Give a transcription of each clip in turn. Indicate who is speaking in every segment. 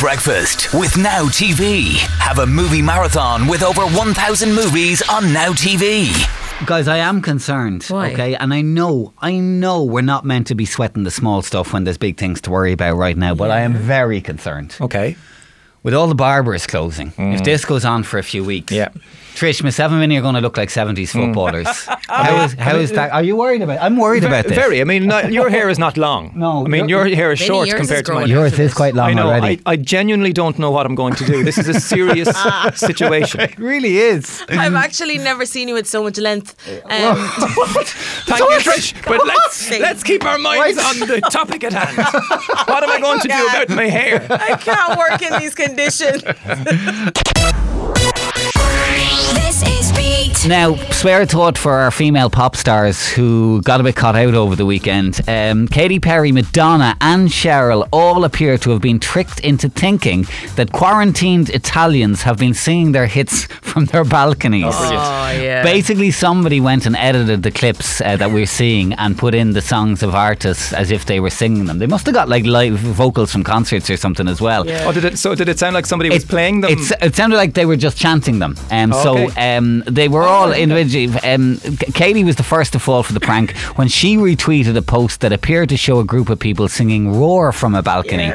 Speaker 1: Breakfast with Now TV. Have a movie marathon with over 1,000 movies on Now TV.
Speaker 2: Guys, I am concerned.
Speaker 3: Why?
Speaker 2: Okay, and I know, I know we're not meant to be sweating the small stuff when there's big things to worry about right now, but I am very concerned.
Speaker 4: Okay.
Speaker 2: With all the barbers closing, if this goes on for a few weeks,
Speaker 4: Mm. Yeah. Mm.
Speaker 2: Trish, Miss Seven Minnie are going to look like 70s footballers. how is, how is that? Are you worried about I'm worried about this.
Speaker 4: Very. I mean, not, your hair is not long.
Speaker 2: No,
Speaker 4: I mean,
Speaker 2: your-
Speaker 4: your hair is
Speaker 3: Vinny,
Speaker 4: short
Speaker 3: yours is
Speaker 4: compared to
Speaker 3: growing
Speaker 4: mine.
Speaker 3: out.
Speaker 2: Yours is quite long
Speaker 4: I know.
Speaker 2: already.
Speaker 4: I, I genuinely don't know what I'm going to do. This is a serious
Speaker 3: Ah.
Speaker 4: situation.
Speaker 2: it really is.
Speaker 3: I've actually never seen you at so much length. Um,
Speaker 4: Thank you, Trish. But let's
Speaker 3: on.
Speaker 4: let's keep our minds on the topic at hand. What am I going to do
Speaker 3: God.
Speaker 4: about my hair?
Speaker 3: I can't work in these conditions.
Speaker 5: This is Beat.
Speaker 2: Now, spare a thought for our female pop stars who got a bit caught out over the weekend. Um, Katy Perry, Madonna, and Cheryl all appear to have been tricked into thinking that quarantined Italians have been singing their hits from their balconies.
Speaker 3: Oh yeah.
Speaker 2: Basically, somebody went and edited the clips uh, that we're seeing and put in the songs of artists as if they were singing them. They must have got like live vocals from concerts or something as well.
Speaker 3: Yeah.
Speaker 4: Oh, did it, so did it sound like somebody was
Speaker 2: It-
Speaker 4: playing them?
Speaker 2: it's- it sounded like they were just chanting them. Um, So
Speaker 4: Okay. Oh
Speaker 2: um, they were all individually. Um, K- Katie was the first to fall for the prank when she retweeted a post that appeared to show a group of people singing Roar from a balcony.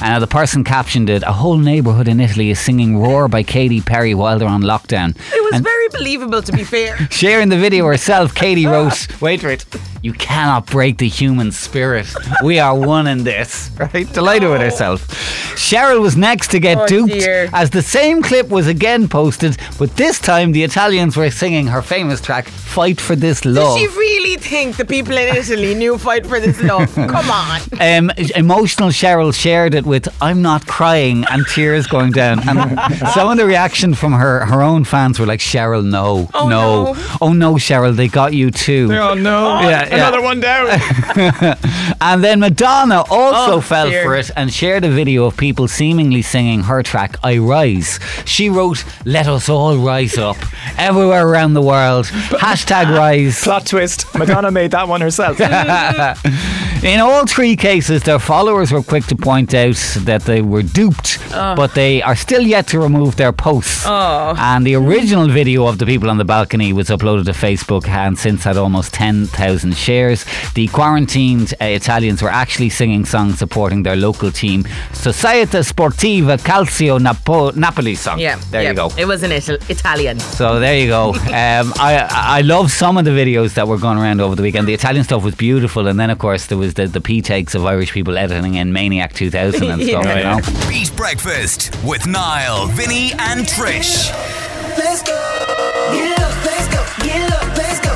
Speaker 2: And uh, the person captioned it A whole neighbourhood in Italy is singing Roar by Katy Perry while they're on lockdown.
Speaker 3: It was
Speaker 2: And-
Speaker 3: very believable, to be fair.
Speaker 2: Sharing the video herself, Katie wrote, Wait for it. You cannot break the human spirit. We are one in this. Right? Delighted with herself. Cheryl was next to get
Speaker 3: Oh,
Speaker 2: duped
Speaker 3: dear.
Speaker 2: as the same clip was again posted, but this time the Italians were singing her famous track, Fight for This
Speaker 3: Does
Speaker 2: Love.
Speaker 3: she really think the people in Italy knew fight for this love? Come on.
Speaker 2: Um, emotional Cheryl shared it with "I'm not crying" and tears going down. And some of the reaction from her her own fans were like, "Cheryl, no,
Speaker 3: Oh, no.
Speaker 2: oh no, Cheryl, they got you too."
Speaker 4: oh no!
Speaker 2: Yeah, yeah.
Speaker 4: Another one down.
Speaker 2: And then Madonna also
Speaker 3: Oh,
Speaker 2: fell
Speaker 3: dear.
Speaker 2: for it and shared a video of people seemingly singing her track I Rise. She wrote, Let us all rise up everywhere around the world. Hashtag rise.
Speaker 4: Plot twist. Madonna made that one herself.
Speaker 2: In all three cases, their followers were quick to point out that they were duped,
Speaker 3: Oh.
Speaker 2: but they are still yet to remove their posts. And the original video of the people on the balcony was uploaded to Facebook and since had almost 10,000 shares. The quarantined uh, Italians were actually singing songs supporting their local team, Societa Sportiva Calcio Napo- Napoli song.
Speaker 3: Yeah.
Speaker 2: there
Speaker 3: yeah.
Speaker 2: you go.
Speaker 3: It was an Ital- Italian.
Speaker 2: So there you go. Um, I I love some of the videos that were going around over the weekend. The Italian stuff was beautiful, and then of course there was the the p takes of Irish people editing in Maniac 2000 and stuff.
Speaker 3: Yeah.
Speaker 2: you know?
Speaker 1: Beat Breakfast with Niall, Vinny, and Trish.
Speaker 6: Let's go. Get up, let's go. Get up, let's go.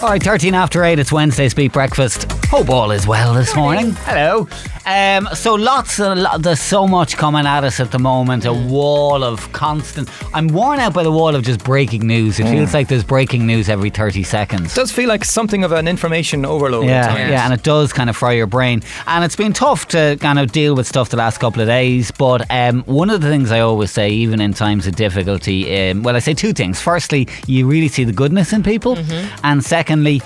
Speaker 2: All right, 13 after 8, it's Wednesday's Beat Breakfast. Hope all is well this morning. Hello. Um, so lots and lo- there's so much coming at us at the moment. A wall of constant. I'm worn out by the wall of just breaking news. It feels like there's breaking news every 30 seconds.
Speaker 4: does feel like something of an information overload. at
Speaker 2: Yeah,
Speaker 4: times.
Speaker 2: yeah, and it does kind of fry your brain. And it's been tough to kind of deal with stuff the last couple of days. But um, one of the things I always say, even in times of difficulty, um, well, I say two things. Firstly, you really see the goodness in people, and secondly.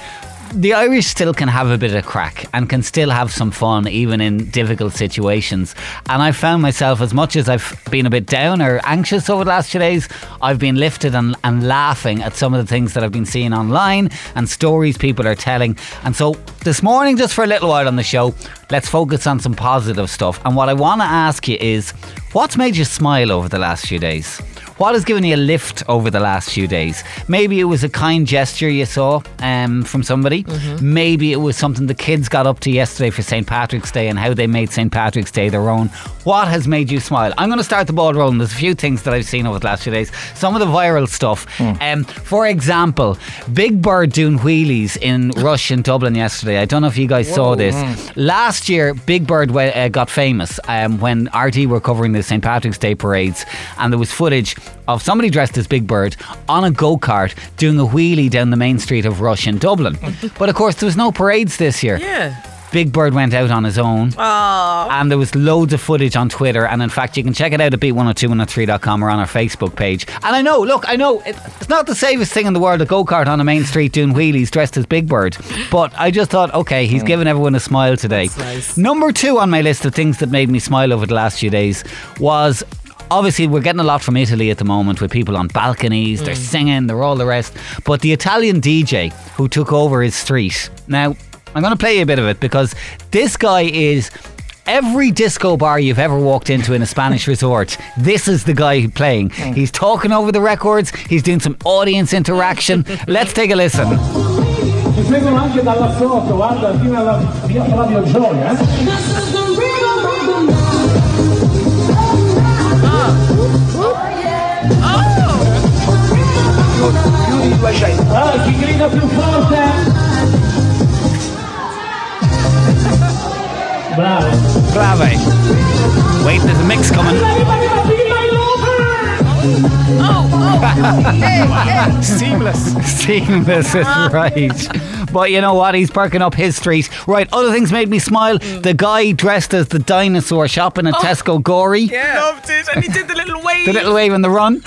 Speaker 2: The Irish still can have a bit of crack and can still have some fun even in difficult situations. And I found myself, as much as I've been a bit down or anxious over the last few days, I've been lifted and, and laughing at some of the things that I've been seeing online and stories people are telling. And so this morning, just for a little while on the show, let's focus on some positive stuff. And what I want to ask you is what's made you smile over the last few days? What has given you a lift over the last few days? Maybe it was a kind gesture you saw um, from somebody. Maybe it was something the kids got up to yesterday for St. Patrick's Day and how they made St. Patrick's Day their own. What has made you smile? I'm going to start the ball rolling. There's a few things that I've seen over the last few days. Some of the viral stuff. Um, for example, Big Bird doing wheelies in Rush in Dublin yesterday. I don't know if you guys saw this. Last year, Big Bird we- uh, got famous um, when RT were covering the St. Patrick's Day parades, and there was footage of somebody dressed as Big Bird on a go kart doing a wheelie down the main street of Rush in Dublin. but of course, there was no parades this year.
Speaker 3: Yeah.
Speaker 2: Big Bird went out on his own.
Speaker 3: Oh,
Speaker 2: And there was loads of footage on Twitter. And in fact, you can check it out at beat102103.com or on our Facebook page. And I know, look, I know it- it's not the safest thing in the world a go kart on a main street doing wheelies dressed as Big Bird. But I just thought, okay, he's giving everyone a smile today. Number two on my list of things that made me smile over the last few days was Obviously, we're getting a lot from Italy at the moment with people on balconies, they're singing, they're all the rest. But the Italian DJ who took over his street. Now, I'm going to play you a bit of it because this guy is every disco bar you've ever walked into in a Spanish resort. This is the guy playing. He's talking over the records, he's doing some audience interaction. Let's take a listen.
Speaker 7: Ci seguono anche dalla Soto, guarda, fino alla via Flavio Gioia. eh. Allora, chi grida più forte? Bravo.
Speaker 2: Brave. Wait, there's a mix coming.
Speaker 4: Seamless.
Speaker 2: Seamless is right. But you know what? He's perking up his street. Right, other things made me smile. The guy dressed as the dinosaur shopping at Tesco Gory.
Speaker 3: Loved it. And he did the little wave.
Speaker 2: The little wave and the run.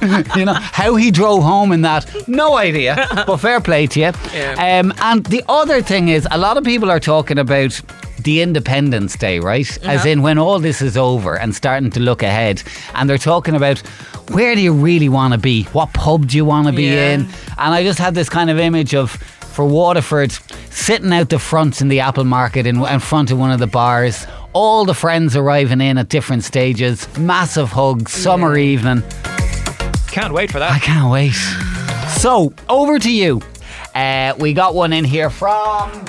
Speaker 2: you know, how he drove home in that, no idea. But fair play to you.
Speaker 3: Yeah.
Speaker 2: Um, and the other thing is, a lot of people are talking about the Independence Day, right? As in when all this is over and starting to look ahead. And they're talking about where do you really want to be? What pub do you want to be
Speaker 3: Yeah.
Speaker 2: in? And I just had this kind of image of. For Waterford, sitting out the front in the Apple Market in, in front of one of the bars, all the friends arriving in at different stages, massive hugs, summer evening.
Speaker 4: Can't wait for
Speaker 2: I
Speaker 4: that.
Speaker 2: can't wait. So, over to you. Uh, we got one in here from.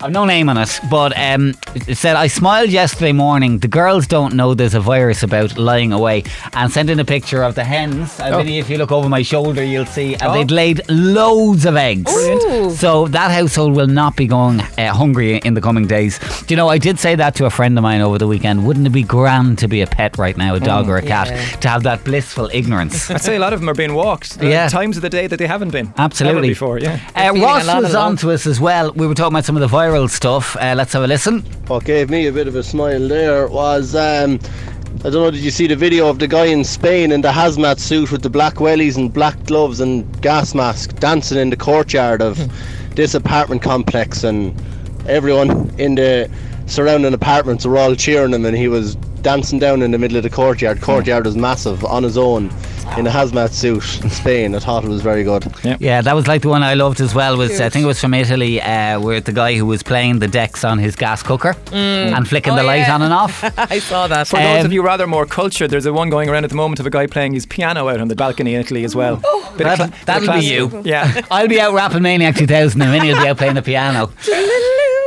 Speaker 2: I've no name on it, but um, it said, I smiled yesterday morning. The girls don't know there's a virus about lying away. And sent in a picture of the hens. I
Speaker 4: Oh.
Speaker 2: mean, if you look over my shoulder, you'll see. And
Speaker 4: Oh.
Speaker 2: they'd laid loads of eggs.
Speaker 3: Brilliant.
Speaker 2: So that household will not be going uh, hungry in the coming days. Do you know, I did say that to a friend of mine over the weekend. Wouldn't it be grand to be a pet right now, a dog or a cat,
Speaker 3: yeah.
Speaker 2: to have that blissful ignorance?
Speaker 4: I'd say a lot of them are being walked. The
Speaker 2: Yeah.
Speaker 4: Times of the day that they haven't been. Never
Speaker 2: Absolutely.
Speaker 4: before, yeah.
Speaker 2: Uh,
Speaker 3: feeling
Speaker 2: Ross
Speaker 3: a lot of
Speaker 2: was
Speaker 3: love.
Speaker 2: on to us as well. We were talking about some of the viral stuff. Uh, let's have a listen.
Speaker 8: What gave me a bit of a smile there was um, I don't know, did you see the video of the guy in Spain in the hazmat suit with the black wellies and black gloves and gas mask dancing in the courtyard of this apartment complex and everyone in the surrounding apartments were all cheering him and he was dancing down in the middle of the courtyard. Courtyard is massive on his own in a hazmat suit in Spain. I thought it was very good.
Speaker 2: Yeah, that was like the one I loved as well. Was I think it was from Italy, uh, where the guy who was playing the decks on his gas cooker and flicking
Speaker 3: Oh,
Speaker 2: the light
Speaker 3: yeah.
Speaker 2: on and off.
Speaker 3: I saw that.
Speaker 4: For those
Speaker 2: Um,
Speaker 4: of you rather more cultured, there's a one going around at the moment of a guy playing his piano out on the balcony in Italy as well. Bit of
Speaker 2: That'll-
Speaker 4: cla- bit of
Speaker 2: that'll be
Speaker 4: class.
Speaker 2: you.
Speaker 4: Yeah.
Speaker 2: I'll be out rapping Maniac 2000 and Minnie will be out playing the piano.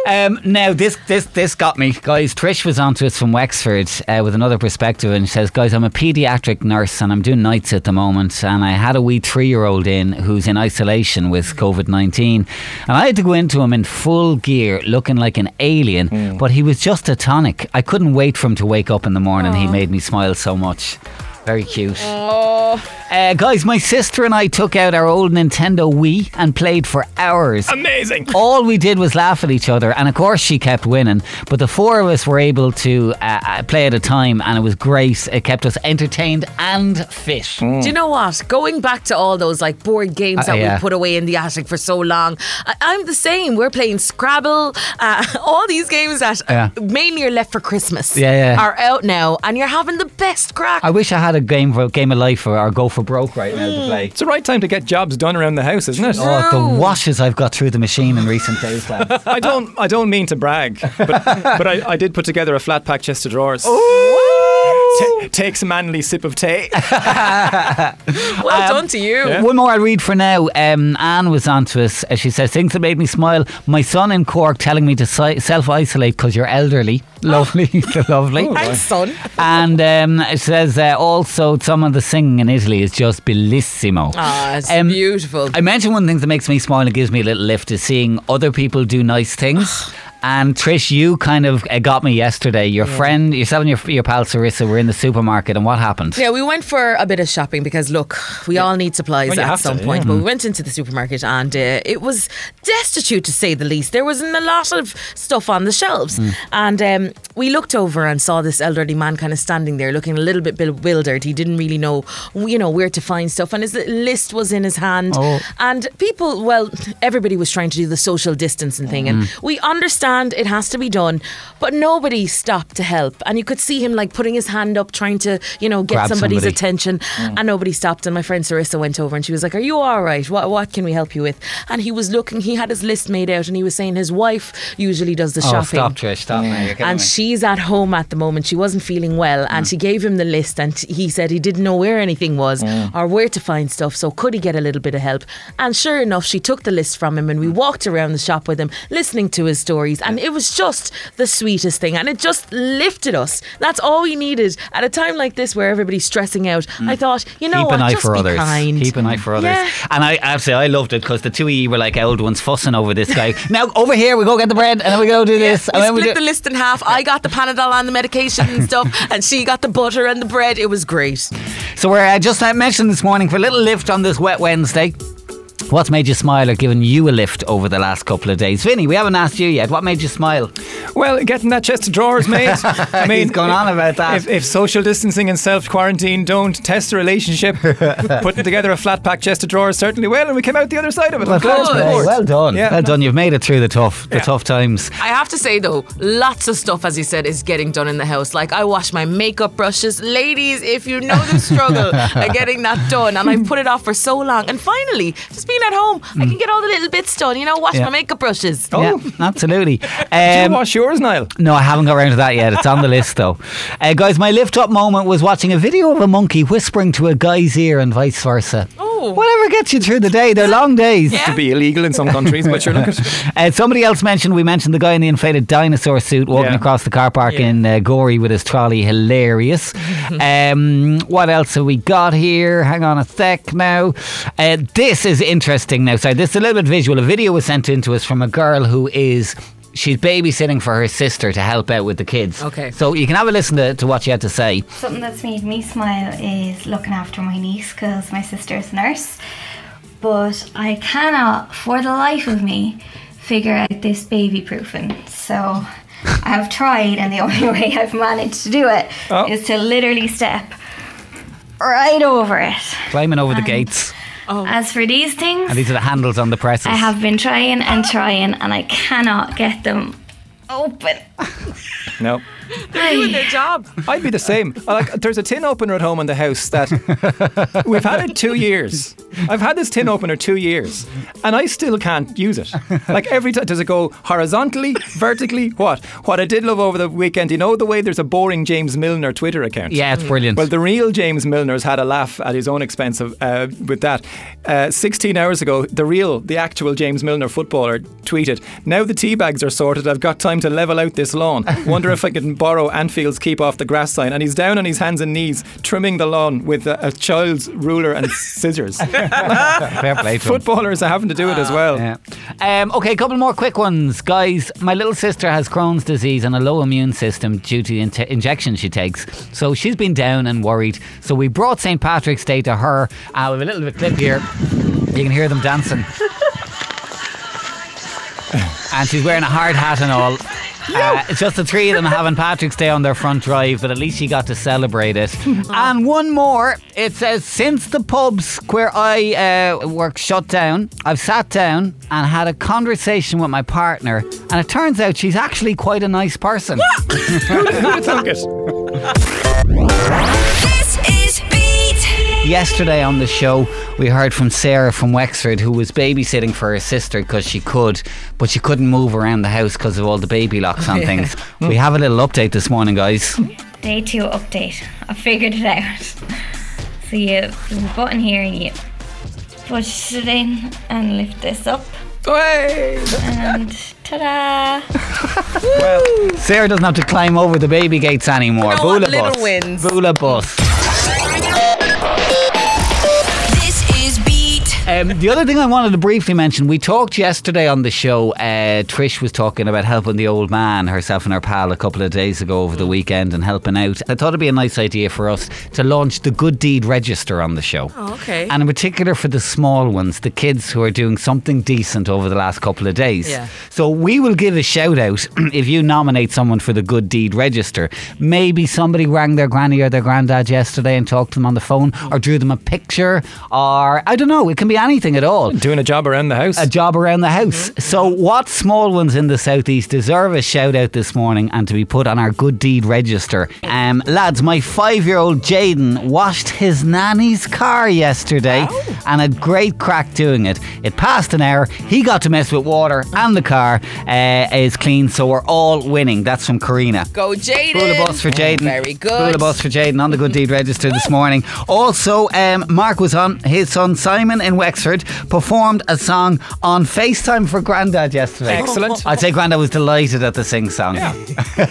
Speaker 2: Um, now this this this got me, guys. Trish was on to us from Wexford uh, with another perspective, and she says, "Guys, I'm a paediatric nurse and I'm doing nights at the moment, and I had a wee three year old in who's in isolation with COVID nineteen, and I had to go into him in full gear, looking like an alien, but he was just a tonic. I couldn't wait for him to wake up in the morning. He made me smile so much." Very cute. Uh, guys, my sister and I took out our old Nintendo Wii and played for hours.
Speaker 4: Um, Amazing.
Speaker 2: All we did was laugh at each other, and of course, she kept winning. But the four of us were able to uh, uh, play at a time, and it was great. It kept us entertained and fit.
Speaker 3: Do you know what? Going back to all those like board games
Speaker 2: Uh,
Speaker 3: that
Speaker 2: yeah.
Speaker 3: we put away in the attic for so long, I- I'm the same. We're playing Scrabble. Uh, all these games that
Speaker 2: Yeah.
Speaker 3: mainly are left for Christmas
Speaker 2: Yeah, yeah.
Speaker 3: are out now, and you're having the best crack.
Speaker 2: I wish I had a game for, game of life or, or go for broke right now to play.
Speaker 4: It's the right time to get jobs done around the house, isn't it?
Speaker 2: Oh, the washes I've got through the machine in recent days, lads.
Speaker 4: I don't. I don't mean to brag, but, but I, I did put together a flat pack chest of drawers.
Speaker 2: Oh.
Speaker 4: Ta- takes a manly sip of tea.
Speaker 3: well done to you.
Speaker 4: yeah.
Speaker 2: One more I'll read for now. Um, Anne was on to us. Uh, She says, Things that made me smile. My son in Cork telling me to si- self isolate because you're elderly.
Speaker 3: Oh.
Speaker 2: Lovely. lovely.
Speaker 3: Thanks, son.
Speaker 2: and um, it says uh, also some of the singing in Italy is just bellissimo.
Speaker 3: Ah, it's
Speaker 2: Um,
Speaker 3: beautiful.
Speaker 2: I mentioned one thing that makes me smile and gives me a little lift is seeing other people do nice things. And Trish, you kind of uh, got me yesterday. Your friend, yourself and your, your pal Sarissa were in the supermarket, and what happened?
Speaker 3: Yeah, we went for a bit of shopping because look, we all need supplies
Speaker 4: Well, you
Speaker 3: at
Speaker 4: have to,
Speaker 3: some
Speaker 4: yeah.
Speaker 3: point. But we went into the supermarket and uh, it was destitute to say the least. There wasn't a lot of stuff on the shelves,
Speaker 4: Hmm.
Speaker 3: and um, we looked over and saw this elderly man kind of standing there, looking a little bit bewildered. He didn't really know, you know, where to find stuff, and his list was in his hand.
Speaker 2: Oh.
Speaker 3: And people, well, everybody was trying to do the social distancing thing, and
Speaker 4: Hmm.
Speaker 3: we understand it has to be done, but nobody stopped to help. And you could see him like putting his hand up, trying to, you know, get
Speaker 2: Grab
Speaker 3: somebody's
Speaker 2: somebody. Mm.
Speaker 3: attention, and nobody stopped. And my friend Sarissa went over and she was like, "Are you all right? What what can we help you with?" And he was looking. He had his list made out, and he was saying his wife usually does the
Speaker 2: oh,
Speaker 3: shopping.
Speaker 2: stop, Trish, stop. now, you're kidding
Speaker 3: And
Speaker 2: me.
Speaker 3: she's at home at the moment. She wasn't feeling well,
Speaker 2: Mm.
Speaker 3: and she gave him the list, and he said he didn't know where anything was
Speaker 2: Mm.
Speaker 3: or where to find stuff. So could he get a little bit of help? And sure enough, she took the list from him, and
Speaker 2: Mm.
Speaker 3: we walked around the shop with him, listening to his stories, and it was just the sweetest thing, and it just lifted us. That's all we needed at a time like this where everybody's stressing out. I thought, you know
Speaker 2: Mm. Keep
Speaker 3: what,
Speaker 2: an eye
Speaker 3: just
Speaker 2: for
Speaker 3: be
Speaker 2: others.
Speaker 3: kind.
Speaker 2: Keep an eye for others.
Speaker 3: Yeah.
Speaker 2: And I actually I loved it because the two of you were like old ones fussing over this guy. now over here we go get the bread and then we go do this.
Speaker 3: We
Speaker 2: and then
Speaker 3: split
Speaker 2: do-
Speaker 3: the list in half. I got the Panadol and the medication and stuff, and she got the butter and the bread. It was great.
Speaker 2: so we're uh, just I mentioned this morning for a little lift on this wet Wednesday. What's made you smile or given you a lift over the last couple of days? Vinny, we haven't asked you yet. What made you smile?
Speaker 4: Well, getting that chest of drawers, mate. I mean,
Speaker 2: He's gone on about that.
Speaker 4: If, if social distancing and self quarantine don't test a relationship, putting together a flat pack chest of drawers certainly will, and we came out the other side of it. I'm glad
Speaker 2: Well
Speaker 4: to
Speaker 2: done.
Speaker 4: report.
Speaker 2: Well done.
Speaker 4: Yeah.
Speaker 2: well done. You've made it through the tough the
Speaker 4: Yeah.
Speaker 2: tough times.
Speaker 3: I have to say though, lots of stuff, as you said, is getting done in the house. Like I wash my makeup brushes, ladies. If you know the struggle of getting that done, and I've put it off for so long, and finally, just being at home, I can get all the little bits done. You know, wash
Speaker 2: Mm. Yeah.
Speaker 3: my makeup brushes.
Speaker 2: Oh, absolutely.
Speaker 4: Did you
Speaker 2: Um,
Speaker 4: wash yours, Niall?
Speaker 2: No, I haven't got around to that yet. It's on the list though. Uh, guys, my lift up moment was watching a video of a monkey whispering to a guy's ear and vice versa.
Speaker 3: Oh.
Speaker 2: Whatever gets you through the day, they're long days.
Speaker 3: Yeah.
Speaker 4: To be illegal in some countries, but sure, look at
Speaker 2: Uh, somebody else mentioned we mentioned the guy in the inflated dinosaur suit walking
Speaker 4: Yeah.
Speaker 2: across the car park
Speaker 3: Yeah.
Speaker 2: in uh, Gorey with his trolley. Hilarious. um, what else have we got here? Hang on a sec now. Uh, this is interesting now. Sorry, this is a little bit visual. A video was sent in to us from a girl who is. She's babysitting for her sister to help out with the kids.
Speaker 3: Okay.
Speaker 2: So you can have a listen to, to what she had to say.
Speaker 9: Something that's made me smile is looking after my niece because my sister is a nurse. But I cannot, for the life of me, figure out this baby proofing. So I have tried, and the only way I've managed to do it is
Speaker 4: Oh.
Speaker 9: to literally step right over it.
Speaker 2: Climbing over the
Speaker 9: Um,
Speaker 2: gates.
Speaker 9: As for these things,
Speaker 2: And these are the handles on the presses.
Speaker 9: I have been trying and trying, and I cannot get them open.
Speaker 4: No.
Speaker 3: Doing their job.
Speaker 4: I'd be the same. Uh, Like, there's a tin opener at home in the house that we've had it two years. I've had this tin opener two years, and I still can't use it. Like every time, does it go horizontally, vertically? What? What I did love over the weekend, you know, the way there's a boring James Milner Twitter account.
Speaker 2: Yeah, it's brilliant.
Speaker 4: Well, the real James Milner's had a laugh at his own expense of, uh, with that. Uh, 16 hours ago, the real, the actual James Milner footballer tweeted, Now the tea bags are sorted, I've got time to level out this lawn. Wonder if I can borrow Anfield's keep off the grass sign. And he's down on his hands and knees, trimming the lawn with a, a child's ruler and scissors.
Speaker 2: Fair play to 'em.
Speaker 4: Footballers are having to do it as well.
Speaker 2: Yeah. Um, okay, a couple more quick ones, guys. My little sister has Crohn's disease and a low immune system due to the in- injection she takes. So she's been down and worried. So we brought St. Patrick's Day to her. Uh, we have a little bit of a clip here. You can hear them dancing. and she's wearing a hard hat and all. Uh, it's just the three of them having Patrick's Day on their front drive, but at least she got to celebrate it. and one more. It says since the pubs where I uh, work shut down, I've sat down and had a conversation with my partner, and it turns out she's actually quite a nice person.
Speaker 5: This is Beat.
Speaker 2: Yesterday on the show, we heard from Sarah from Wexford who was babysitting for her sister because she could, but she couldn't move around the house because of all the baby locks on things. We have a little update this morning, guys.
Speaker 9: Day two update. I figured it out. So you there's a button here and you push it in and lift this up
Speaker 4: Hey!
Speaker 9: and ta-da!
Speaker 2: Sarah doesn't have to climb over the baby gates anymore.
Speaker 3: You know what?
Speaker 2: Bula
Speaker 3: Little
Speaker 2: bus.
Speaker 3: wins.
Speaker 2: Bula bus.
Speaker 5: This is Beat.
Speaker 2: Uh, Um, the other thing I wanted to briefly mention, we talked yesterday on the show. Uh, Trish was talking about helping the old man, herself and her pal, a couple of days ago over
Speaker 3: Mm.
Speaker 2: the weekend and helping out. I thought it'd be a nice idea for us to launch the Good Deed Register on the show.
Speaker 3: Oh, okay.
Speaker 2: And in particular for the small ones, the kids who are doing something decent over the last couple of days.
Speaker 3: Yeah.
Speaker 2: So we will give a shout out if you nominate someone for the Good Deed Register. Maybe somebody rang their granny or their granddad yesterday and talked to them on the phone or drew them a picture or I don't know, it can be anything at all.
Speaker 4: Doing a job around the house.
Speaker 2: A job around the house. So, what small ones in the southeast deserve a shout out this morning and to be put on our good deed register? Um, lads, my five-year-old Jaden washed his nanny's car yesterday and had great crack doing it. It passed an hour. He got to mess with water, and the car uh, is clean. So we're all winning. That's from Karina.
Speaker 10: Go, Jaden.
Speaker 2: Rule of bus for Jaden.
Speaker 10: Very good.
Speaker 2: Rule of bus for Jaden on the good deed register this morning. Also, um, Mark was on. His son Simon in Wexford performed a song on FaceTime for Grandad yesterday.
Speaker 4: Excellent.
Speaker 2: I'd say Grandad was delighted at the sing song.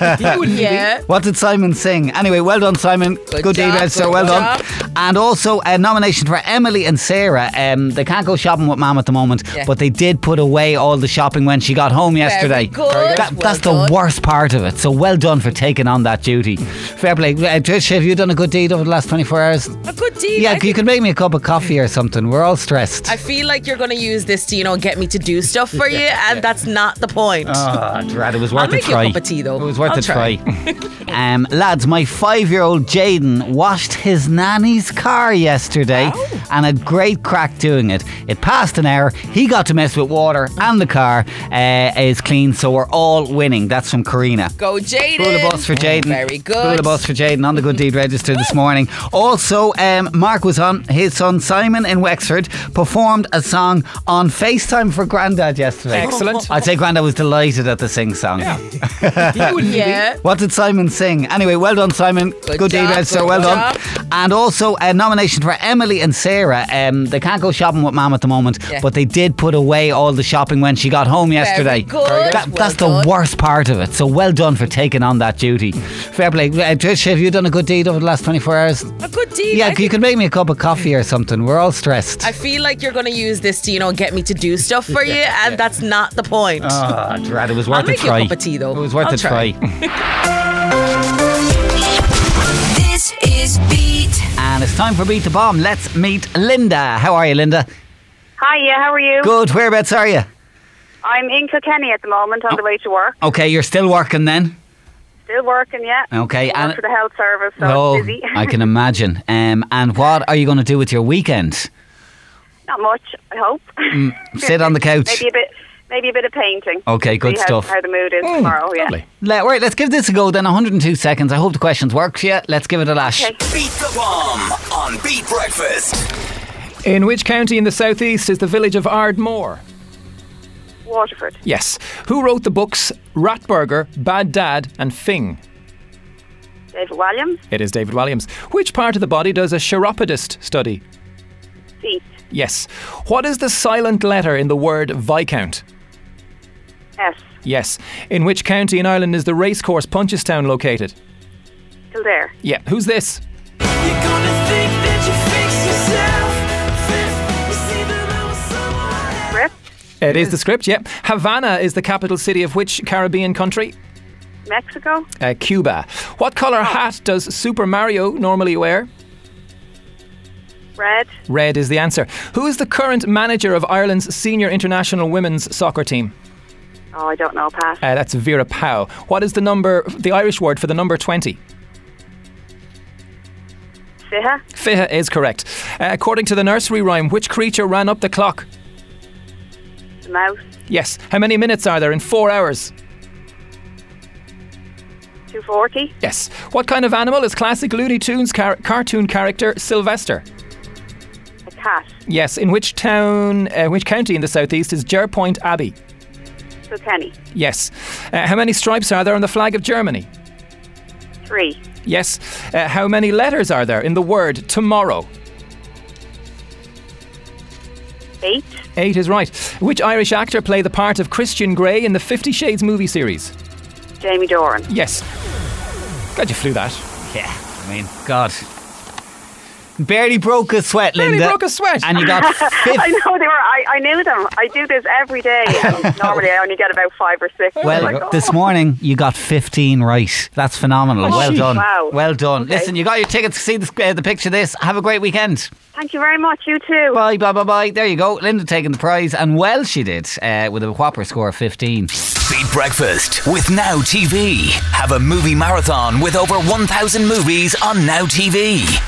Speaker 10: Yeah.
Speaker 2: What did Simon sing? Anyway, well done, Simon. Good, deed,
Speaker 10: job,
Speaker 2: register.
Speaker 10: good
Speaker 2: well
Speaker 10: job.
Speaker 2: done. And also a nomination for Emily and Sarah. Um, they can't go shopping with Mum at the moment,
Speaker 10: Yeah.
Speaker 2: but they did put away all the shopping when she got home yesterday.
Speaker 10: good. Very good.
Speaker 2: That-
Speaker 10: Well
Speaker 2: that's
Speaker 10: done.
Speaker 2: the worst part of it. So well done for taking on that duty. Fair play. Uh, Trish, have you done a good deed over the last 24 hours?
Speaker 10: A good deed.
Speaker 2: Yeah,
Speaker 10: I
Speaker 2: you
Speaker 10: think-
Speaker 2: could make me a cup of coffee or something. We're all stressed.
Speaker 3: I feel like you're going to use this to, you know, get me to do stuff for you, and that's not the point.
Speaker 2: God, right, it was worth
Speaker 3: I'll
Speaker 2: a
Speaker 3: make you a
Speaker 2: try.
Speaker 3: cup of tea, though.
Speaker 2: It was worth
Speaker 3: I'll
Speaker 2: a try. um, lads, my five-year-old Jaden washed his nanny's car yesterday and had great crack doing it. It passed an hour. He got to mess with water, and the car uh, is clean, so we're all winning. That's from Karina.
Speaker 10: Go, Jaden.
Speaker 2: Rule of bus for Jaden.
Speaker 10: Very good.
Speaker 2: Rule of bus for Jaden on the good deed register this morning. Also, um, Mark was on. His son Simon in Wexford performed a song on FaceTime for Grandad yesterday.
Speaker 4: Excellent.
Speaker 2: I'd say Grandad was delighted at the sing song.
Speaker 10: Yeah.
Speaker 2: What did Simon sing? Anyway, well done, Simon. Good, deed,
Speaker 10: job,
Speaker 2: Register.
Speaker 10: good
Speaker 2: Well
Speaker 10: job.
Speaker 2: done. And also a nomination for Emily and Sarah. Um, they can't go shopping with Mum at the moment,
Speaker 10: Yeah.
Speaker 2: but they did put away all the shopping when she got home yesterday.
Speaker 10: good. Very good.
Speaker 2: That-
Speaker 10: Well
Speaker 2: that's
Speaker 10: done.
Speaker 2: the worst part of it. So well done for taking on that duty. Fair play. Uh, Trish, have you done a good deed over the last 24 hours?
Speaker 10: A good deed.
Speaker 2: Yeah,
Speaker 10: I
Speaker 2: you
Speaker 10: think-
Speaker 2: could make me a cup of coffee or something. We're all stressed.
Speaker 3: I feel like you're going to use this to, you know, get me to do stuff for you, and that's not the point.
Speaker 2: God, right, Ah, it was worth
Speaker 3: I'll make
Speaker 2: a
Speaker 3: you a
Speaker 2: Uh, try.
Speaker 3: cup of tea, though.
Speaker 2: It was worth
Speaker 3: I'll
Speaker 2: a
Speaker 3: try.
Speaker 2: try.
Speaker 5: This is Beat.
Speaker 2: And it's time for Beat the Bomb. Let's meet Linda. How are you, Linda?
Speaker 11: Hiya, how are you?
Speaker 2: Good. Whereabouts are you?
Speaker 11: I'm in Kilkenny at the moment
Speaker 2: Oh.
Speaker 11: on the way to work.
Speaker 2: Okay, you're still working then?
Speaker 11: Still working, yeah.
Speaker 2: Okay,
Speaker 11: I work
Speaker 2: and- Oh,
Speaker 11: for the health service, so it's busy.
Speaker 2: I can imagine. Um, and what are you going to do with your weekend?
Speaker 11: Not much, I hope.
Speaker 2: Mm, Sit on the couch.
Speaker 11: maybe a bit, maybe a bit of painting.
Speaker 2: Okay, good
Speaker 11: See how-
Speaker 2: stuff. Mm,
Speaker 11: How the mood is tomorrow, yeah.
Speaker 4: lovely.
Speaker 2: Let, right, let's give this a go then. 102 seconds. I hope the questions work for you. Let's give it a lash.
Speaker 11: Okay.
Speaker 1: Beat the Bomb on Beat Breakfast.
Speaker 4: In which county in the southeast is the village of Ardmore?
Speaker 11: Waterford,
Speaker 4: Yes. Who wrote the books Ratburger, Bad Dad, and Fing?
Speaker 11: David Williams,
Speaker 4: It is David Williams. Which part of the body does a chiropodist study?
Speaker 11: Seat,
Speaker 4: Yes. What is the silent letter in the word Viscount?
Speaker 11: S,
Speaker 4: Yes. In which county in Ireland is the racecourse Punchestown located?
Speaker 11: Kildare,
Speaker 4: Yeah. Who's this?
Speaker 11: Brett,
Speaker 4: It is the script, yep. Havana is the capital city of which Caribbean country?
Speaker 11: Mexico,
Speaker 4: Uh, Cuba. What colour hat does Super Mario normally wear?
Speaker 11: Red,
Speaker 4: Red is the answer. Who is the current manager of Ireland's senior international women's soccer team?
Speaker 11: oh, I don't know, pass,
Speaker 4: Uh, that's Vera Powell. What is the number, the Irish word for the number 20?
Speaker 11: Siha,
Speaker 4: Fiha is correct. Uh, according to the nursery rhyme, which creature ran up the clock?
Speaker 11: the mouse,
Speaker 4: Yes. How many minutes are there in four hours?
Speaker 11: 240,
Speaker 4: Yes. What kind of animal is classic Looney Tunes car- cartoon character Sylvester?
Speaker 11: a cat,
Speaker 4: Yes. In which town, uh, which county in the southeast is Jerpoint Abbey?
Speaker 11: Kilkenny,
Speaker 4: Yes. Uh, how many stripes are there on the flag of Germany?
Speaker 11: three,
Speaker 4: Yes. Uh, how many letters are there in the word tomorrow?
Speaker 11: eight,
Speaker 4: Eight is right. Which Irish actor played the part of Christian Grey in the Fifty Shades movie series?
Speaker 11: Jamie Doran.
Speaker 4: Yes. Glad you flew that.
Speaker 2: Yeah, I mean, God. Barely broke a sweat, Linda. Barely broke a sweat. And you got fifth.
Speaker 11: I know they were. I, I knew them. I do this every day. And normally, I only get about five or six.
Speaker 2: Well,
Speaker 11: Like, oh,
Speaker 2: this morning you got 15 right. That's phenomenal.
Speaker 11: Oh,
Speaker 2: well
Speaker 11: gee.
Speaker 2: done.
Speaker 11: Wow.
Speaker 2: Well done. Listen, you got your tickets to see this, uh, the picture of this. Have a great weekend.
Speaker 11: thank you very much. You too.
Speaker 2: Bye, bye, bye, bye. There you go. Linda taking the prize, and well, she did uh, with a whopper score of 15.
Speaker 1: Beat Breakfast with Now TV. Have a movie marathon with over 1,000 movies on Now TV.